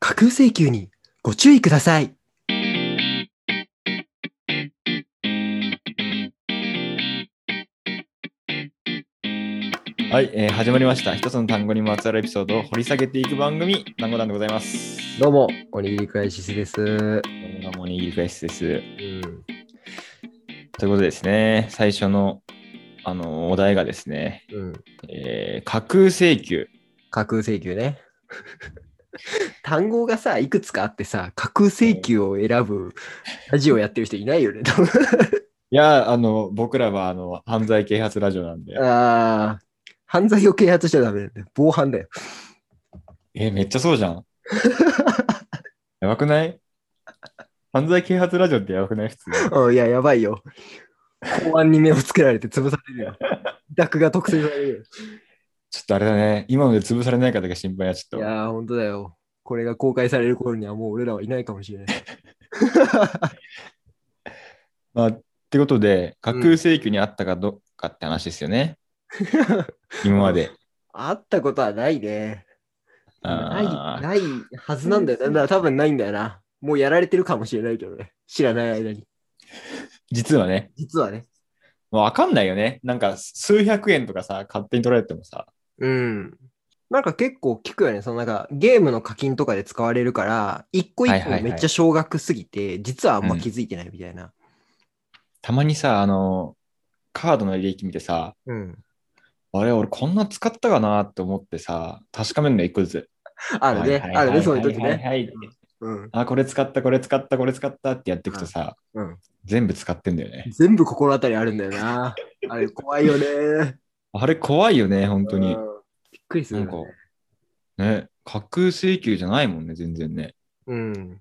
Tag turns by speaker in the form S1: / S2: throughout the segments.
S1: 空請求にご注意ください。
S2: はい、えー始まりました。一つの単語にまつわるエピソードを掘り下げていく番組、単語団でございます。
S1: どうも、おにぎりクライシスです。うん。
S2: どうもどうも、にぎりフェスです。ということでですね、最初の、あの、お題がですね、
S1: うん。
S2: えー架空請求。
S1: 架空請求 ね。単語がさ、いくつかあってさ、架空請求を選ぶラジオやってる人いないよね。
S2: いやー、あの、僕らは、あの、犯罪啓発ラジオなん で、
S1: ああ、犯罪を啓発しちゃダメだよね。防犯だよ。
S2: えーめっちゃそうじゃん。 やばくない犯罪啓発ラジオってやばくない普通。
S1: うん、いや、やばいよ。公安に目をつけられて潰され るよ。委託が特性されるよ。
S2: ちょっとあれだね、今ので潰されないかだけ心配や、ちょ
S1: い
S2: っと。
S1: やー、本当だよ。これが公開される頃にはもう俺らはいないかもしれ ない。
S2: まあ、ってことで、架空請求にあったかどうかって話ですよね、今まで。
S1: 会ったことはないね。ない
S2: あ、ー
S1: ないはずなんだよな。だから多分ないんだよな。もうやられてるかもしれないけどね。知らない間に。
S2: 実はね、
S1: 実はね。
S2: もうわかんないよね。なんか数百円とかさ、勝手に取られてもさ。
S1: うん。なんか結構聞くよね。そのなんかゲームの課金とかで使われるから、一個
S2: はい
S1: 一
S2: は
S1: 個
S2: いはい
S1: めっちゃ少額すぎて、実はあんま気づいてないみたいな。
S2: たまにさ、あの、カードの履歴見てさ、
S1: うん。
S2: あれ、俺こんな使ったかなって思ってさ、確かめるの一個ずつ。
S1: あるね。
S2: はいは
S1: あ
S2: いはい
S1: るね、そういう時
S2: はいはい
S1: ね。
S2: はい
S1: うん。
S2: あ、これ使った、これ使った、これ使ったってやっていくとさ、
S1: うん。
S2: 全部使ってんだよね。
S1: 全部心当たりあるんだよな。あれ怖いよね。
S2: あれ怖いよね、本当に
S1: うん。びっくりす
S2: な
S1: るよ
S2: ん
S1: ね
S2: か、ね、架空請求じゃないもんね、全然ね。
S1: うん。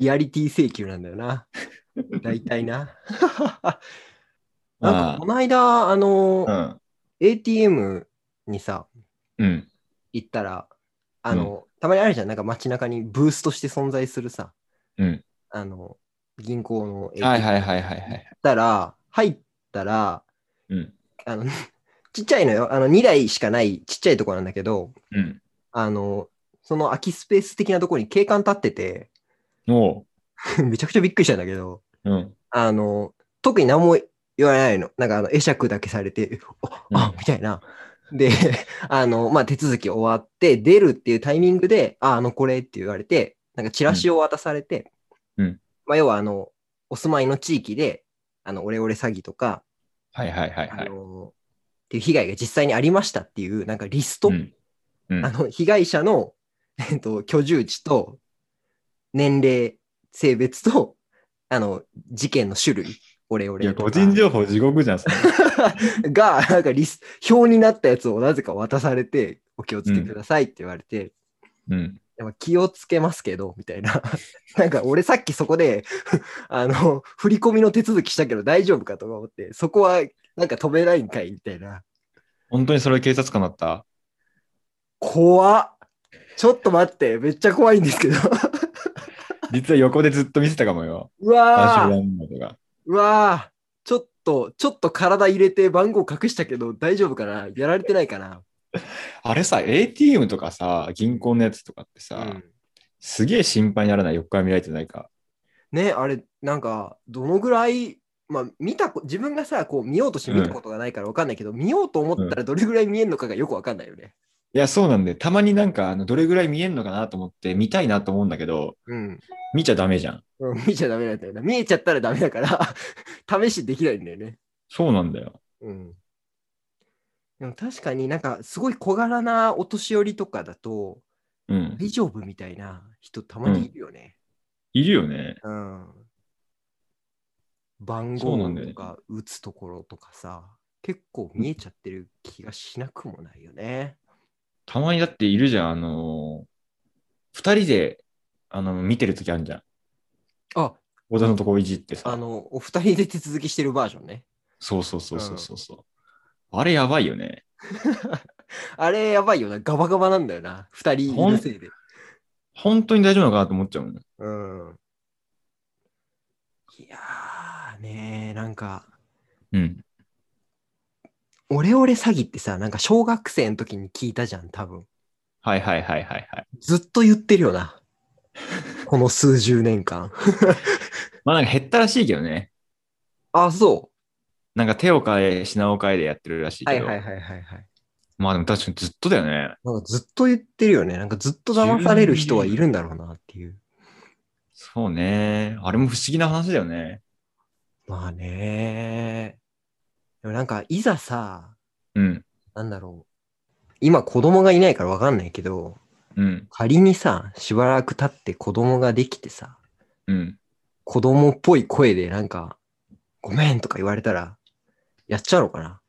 S1: リアリティ請求なんだよな。大体な。なんかこの間、あの、
S2: まあ
S1: ATM にさ、
S2: うん。うん。
S1: 行ったら、あの、たまにあるじゃん、なんか街中にブースとして存在するさ、
S2: うん。
S1: あの、銀行の ATM
S2: はい
S1: 行っ
S2: はいはいはいはい。
S1: たら、入ったら、
S2: うん。
S1: あの、 ちっちゃいのよ、あの、2台しかないちっちゃいとこなんだけど、
S2: うん。
S1: あの、その空きスペース的なところに警官立ってて、
S2: おう。
S1: めちゃくちゃびっくりしたんだけど、
S2: うん。
S1: あの、特に何も言われないの。なんか、あの、会釈だけされて、あ、あ
S2: うん
S1: みたいな。で、 あの、まあ、手続き終わって、出るっていうタイミングで、あ、あの、これって言われて、なんか、チラシを渡されて、
S2: うんうん
S1: まあ、要は、あの、お住まいの地域で、あの、オレオレ詐欺とか、
S2: はいはいはいは
S1: あ
S2: い。
S1: の、っていう被害が実際にありましたっていう、なんか、リスト、
S2: うんうん
S1: あの、被害者の、えっと、居住地と、年齢、性別と、あの、事件の種類、オレオ
S2: い
S1: レ
S2: や、
S1: とか
S2: 個人情報地獄じゃん、そ れ
S1: が、なんかリス、表になったやつをなぜか渡されて、お気をつけくださいって言われて、
S2: うん。
S1: いやまあ気をつけますけど、みたいな。 なんか俺さっきそこで、 あの、振り込みの手続きしたけど大丈夫かとか思って、そこはなんか止めないんかいみたいな。
S2: 本当にそれ警察官だった
S1: 怖っちょっと待って、めっちゃ怖いんですけど。
S2: 実は横でずっと見せたかもよ。
S1: うわ
S2: あ
S1: ー
S2: が
S1: うわーちょっと、ちょっと体入れて番号隠したけど大丈夫かなやられてないかな
S2: あれさ、ATM とかさ、銀行のやつとかってさ、
S1: うん
S2: すげえ心配にならない、横から見られてないか。
S1: ねあれなんかどのぐらいまあ見たこ自分がさこう見ようとして見たことがないからわかんないけど、見ようと思ったらどれぐらい見えるのかがよくわかんないよね。
S2: いや、そうなんで、たまになんか、あのどれぐらい見えるのかなと思って、見たいなと思うんだけど、
S1: うん、
S2: 見ちゃダメじゃん。
S1: うん見ちゃダメなんだよな。見えちゃったらダメだから 試しできないんだよね。
S2: そうなんだよ。
S1: うん。でも確かになんかすごい小柄なお年寄りとかだと
S2: うん。
S1: 大丈夫みたいな人たまにいるよね。
S2: いるよね。
S1: うん。番
S2: そうな
S1: 号
S2: んだよ
S1: と
S2: ね
S1: か打つところとかさ、結構見えちゃってる気がしなくもないよね。
S2: たまにだっているじゃん、あのー二人で、あの見てるときあるじゃん。
S1: あ、
S2: 小田のとこいじってさ。
S1: あの、お二人で手続きしてるバージョンね。
S2: そうそうそうそうそうそう。あれやばいよね。
S1: あれやばいよな、ガバガバなんだよな、二人のせいで。
S2: 本当に大丈夫なのかなと思っちゃうもん。
S1: うん。いやーねー、なんか、
S2: うん。
S1: オレオレ詐欺ってさ、なんか小学生の時に聞いたじゃん、多分。
S2: はいはいはいはいはい。
S1: ずっと言ってるよな。この数十年間。
S2: まあなんか減ったらしいけどね。
S1: あ、そ。
S2: なんか手を変え、品を変えでやってるらしいう
S1: は
S2: け
S1: い
S2: ど。
S1: はいはいはいはい。
S2: まあでも確かにずっとだよね。
S1: なんかずっと言ってるよね。なんかずっと騙される人はいるんだろうなっていう。
S2: そうね。あれも不思議な話だよね。
S1: まあね。でもなんか、いざさ、
S2: うん。
S1: なんだろう。今子供がいないからわかんないけど、
S2: うん。
S1: 仮にさ、しばらく経って子供ができてさ、
S2: うん。
S1: 子供っぽい声でなんか、ごめんとか言われたら、やっちゃうのかな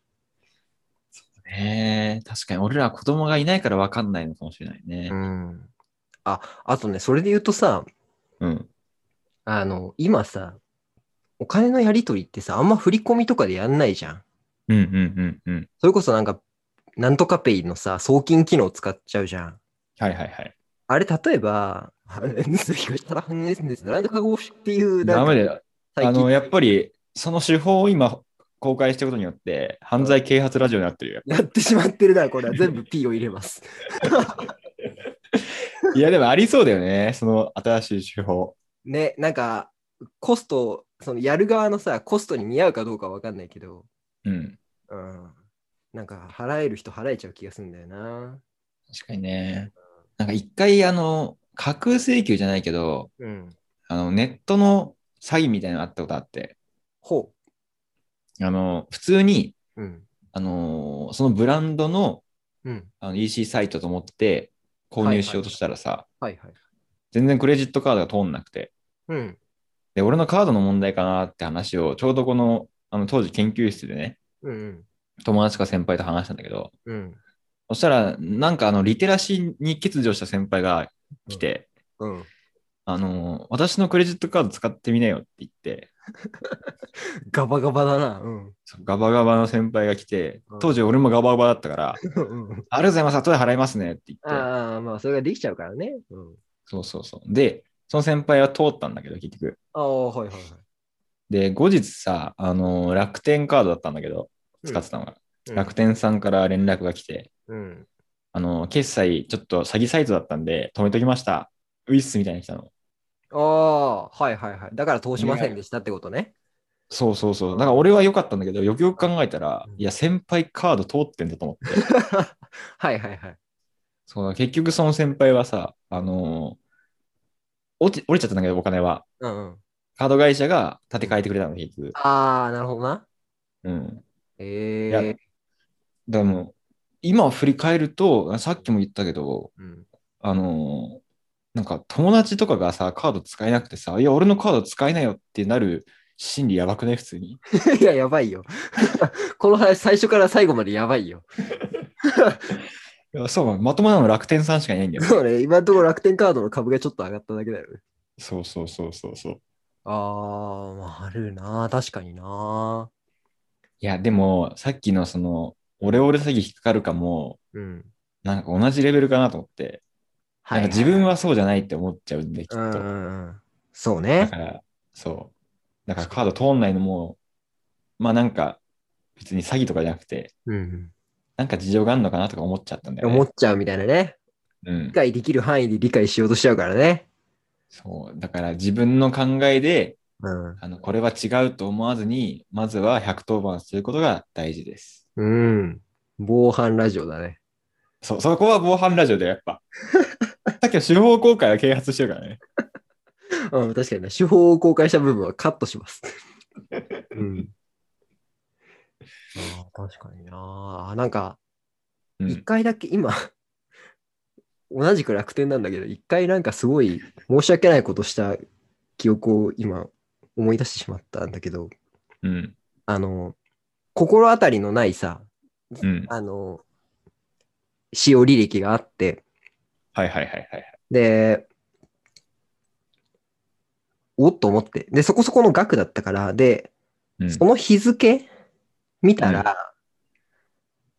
S2: ねえ確かに俺らは子供がいないから分かんないのかもしれないね
S1: う。ん。あ、あとね、それで言うとさ、
S2: うん。
S1: あの、今さ、お金のやり取りってさ、あんま振り込みとかでやんないじゃん。
S2: うんうんうんうん。
S1: それこそなんか、なんとかペイのさ、送金機能使っちゃうじゃん。
S2: はいはいはい。
S1: あれ、例えば、あれ 東から半年です。なんとか合否っていう、な
S2: ダ
S1: んか
S2: メだよ。あ
S1: 最近
S2: の、やっぱり、その手法を今、公開したことによって、犯罪啓発ラジオになってるよ。
S1: やってしまってるな、これは。全部 P を入れます。
S2: いや、でもありそうだよね。その新しい手法。
S1: ね、なんか、コスト、そのやる側のさ、コストに見合うかどうかわかんないけど、
S2: うん。
S1: うん。なんか、払える人払えちゃう気がするんだよな。
S2: 確かにね。なんか一回、あの、架空請求じゃないけど、
S1: うん。
S2: あの、ネットの詐欺みたいなのあったことあって、
S1: ほ
S2: あの、普通に、
S1: う。うん。
S2: あのーそのブランドの
S1: うん。
S2: あの EC サイトと思って購入しようとしたらさ、
S1: はいはい。
S2: 全然クレジットカードが通んなくて、
S1: うん。
S2: で、俺のカードの問題かなって話を、ちょうどこの、あの当時研究室でね、
S1: うん。
S2: 友達か先輩と話したんだけど、
S1: うん。
S2: そしたら、なんかあの、リテラシーに欠如した先輩が来て、
S1: うん。
S2: あのー私のクレジットカード使ってみなよって言って、
S1: ガバガバだな。うん。
S2: そうガバガバの先輩が来て
S1: うん、
S2: 当時俺もガバガバだったから、
S1: うん
S2: ありがとうございます、後で払いますねって言って、
S1: ああ、まあ、それができちゃうからね。うん。
S2: そうそうそう。で、その先輩は通ったんだけど、結局。
S1: ああ、はいはいはい。
S2: で、後日さ、あのー楽天カードだったんだけど、使ってたのが、楽天さんから連絡が来て、
S1: うん。
S2: あのー決済、ちょっと詐欺サイトだったんで、止めときました。ウィッスみたいに来たの。
S1: ああ、はいはいはい。だから通しませんでしたってことね。
S2: そうそうそう。だから俺は良かったんだけど、よくよく考えたら
S1: うん、
S2: いや、先輩カード通ってんだと思って。
S1: はいはいはい。
S2: そう結局その先輩はさ、あのー落ち、折れちゃったんだけど、お金は。
S1: うんうん。
S2: カード会社が立て替えてくれたの、結局。
S1: ああ、なるほどな。
S2: うん。
S1: え
S2: いや
S1: え
S2: だからもう、今振り返ると、さっきも言ったけど、
S1: うん。
S2: あのーなんか友達とかがさ、カード使えなくてさ、いや、俺のカード使えないよってなる心理やばくね、普通に。
S1: いや、やばいよ。 この話、最初から最後までやばいよ。
S2: いやそう、まともなの楽天さんしかいないんだよ。
S1: そうね、今のところ楽天カードの株がちょっと上がっただけだよね。
S2: そうそうそうそうそう。
S1: ああ、まあ、あるな。確かにな。
S2: いや、でも、さっきのその、オレオレ詐欺引っかかるかも、
S1: うん。
S2: なんか同じレベルかなと思って、なんか自分はそうじゃないって思っちゃうんで、
S1: う
S2: きっと。
S1: んう
S2: だ
S1: んうん。そうね
S2: か。ら、そう。だからカード通んないのも、まあなんか、別に詐欺とかじゃなくて、
S1: うん。
S2: なんか事情があるのかなとか思っちゃったんだよね。
S1: 思っちゃうみたいなね。
S2: うん
S1: 理、解できる範囲で理解しようとしちゃうからね。
S2: そうだから自分の考えで
S1: うん。
S2: あのこれは違うと思わずにまずは110番することが大事です。
S1: うん。防犯ラジオだね。
S2: そうそこは防犯ラジオでやっ ぱ。さっきの手法公開は啓発してるからね。
S1: うん、確かにね。手法を公開した部分はカットします。 うん。ああ、確かにな。あなんか、
S2: う
S1: 一
S2: ん、
S1: 回だけ、今、同じく楽天なんだけど、一回なんかすごい申し訳ないことした記憶を今思い出してしまったんだけど、
S2: うん、
S1: あの、心当たりのないさ、
S2: うん。
S1: あの、使用履歴があって、
S2: はいはいはいはい。
S1: で、おっと思って。で、そこそこの額だったから、で、
S2: うん
S1: その日付見たら、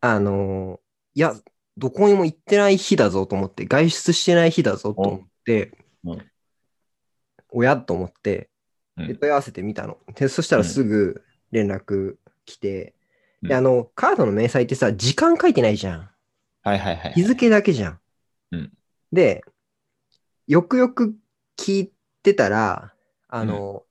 S1: あの、いや、どこにも行ってない日だぞと思って、外出してない日だぞと思って
S2: おうん、
S1: 親と思って、
S2: うん
S1: で問い合わせてみたの。で、そしたらすぐ連絡来て、
S2: うん
S1: で、あの、カードの明細ってさ、時間書いてないじゃん。
S2: はいはいはい。
S1: 日付だけじゃん。
S2: うん
S1: で、よくよく聞いってたら、あの、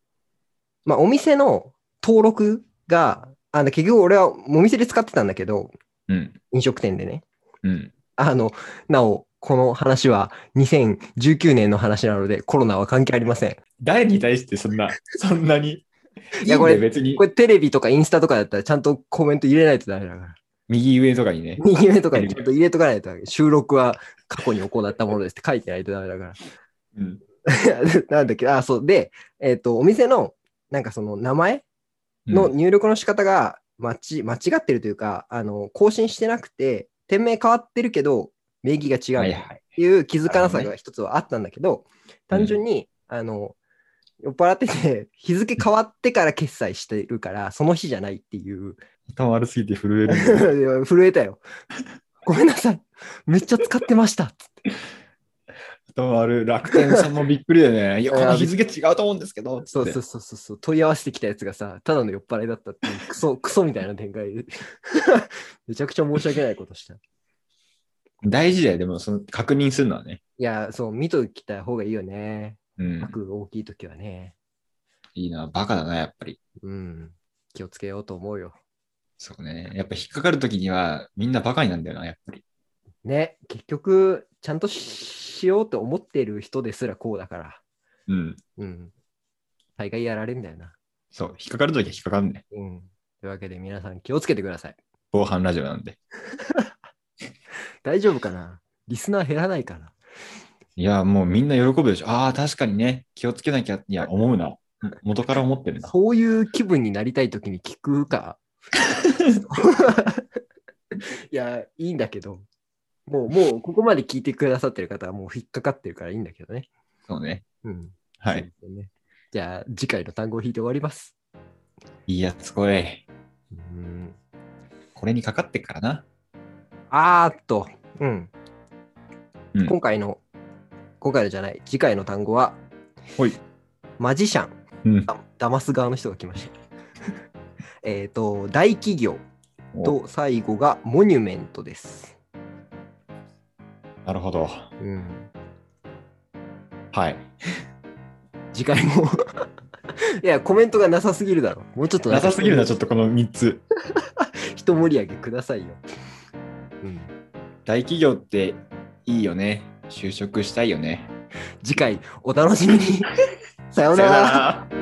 S1: まあ、お店の登録が、あの、結局俺はお店で使ってたんだけど、
S2: うん。
S1: 飲食店でね。
S2: うん。
S1: あの、なお、この話は2019年の話なのでコロナは関係ありません。
S2: 誰に対して そんな、そんなに。
S1: いやこれ
S2: んだよ別に
S1: こ、れテレビとかインスタとかだったらちゃんとコメント入れないとダメだから。
S2: 右上とかにね。
S1: 右上とかにちゃんと入れとかないとダメ収録は過去に行ったものですって書いてないとダメだから。
S2: うん。
S1: なんだっけあ、そう。で、えっ、と、お店の、なんかその名前の
S2: うん
S1: 入力の仕方が間ち間違ってるというか、あの、更新してなくて、店名変わってるけど、名義が違
S2: は
S1: う
S2: い
S1: っ
S2: はい。
S1: ていう気づかなさ
S2: なるほど
S1: が一つはあったんだけど、単純に、あの、酔っ払ってて、 日付変わってから決済してるから、その日じゃないっていう。
S2: 頭悪すぎて震えるんだよ。
S1: いや震えたよ。ごめんなさい。めっちゃ使ってました。
S2: 頭悪い。楽天さんもびっ くりだよね。いや、
S1: い
S2: こ
S1: や
S2: の日付違うと思うんですけど。
S1: そうそう
S2: う。
S1: そうそうそう。問い合わせてきたやつがさ、ただの酔っ払いだったっていう、 クソ、クソみたいな展開 で。めちゃくちゃ申し訳ないことした。い
S2: 大事だよ。でも、その確認するのはね。
S1: や、そう、見ときた方がいいよね。
S2: うん。
S1: 額が大きい時はね。
S2: いいな。バカだな、やっぱり。
S1: うん。気をつけようと思うよ。
S2: そうね。やっぱ引っかかるときには、みんなバカになるんだよな、やっぱり。
S1: ね、結局、ちゃんとししようと思ってる人ですらこうだから。
S2: うん。
S1: うん。大概やられんだよな。
S2: そう。引っかかるときは引っかかるね。
S1: うん。というわけで皆さん気をつけてください。
S2: 防犯ラジオなんで。
S1: 大丈夫かなリスナー減らないかない
S2: や、もうみんな喜ぶでしょ。ああ、確かにね。気をつけなきゃ。いや、思うな。元から思ってるな。
S1: そういう気分になりたいときに聞く か。いや、いいんだけど、もう、もう、ここまで聞いてくださってる方はもう引っかかってるからいいんだけどね。
S2: そうね。
S1: うん。
S2: は
S1: そ
S2: い。
S1: うですね。じゃあ、次回の単語を引いて終わります。
S2: いいやつ、これ。
S1: うん。
S2: これにかかってっからな。
S1: あーっと、うん。
S2: うん
S1: 今回の、今回のじゃない、次回の単語は、
S2: ほい。
S1: マジシャン。
S2: うん。
S1: あ騙す側の人が来ました。 えっと、大企業と最後がモニュメントです。
S2: なるほど。
S1: うん。
S2: はい。
S1: 次回も。 いや、コメントがなさすぎるだろ。もうちょっと
S2: なさすぎるな、ちょ
S1: っ
S2: っとこの3つ。
S1: と。一盛り上げくださいよ。うん。
S2: 大企業っていいよね。就職したいよね。
S1: 次回、お楽しみに。さようなら。
S2: ら。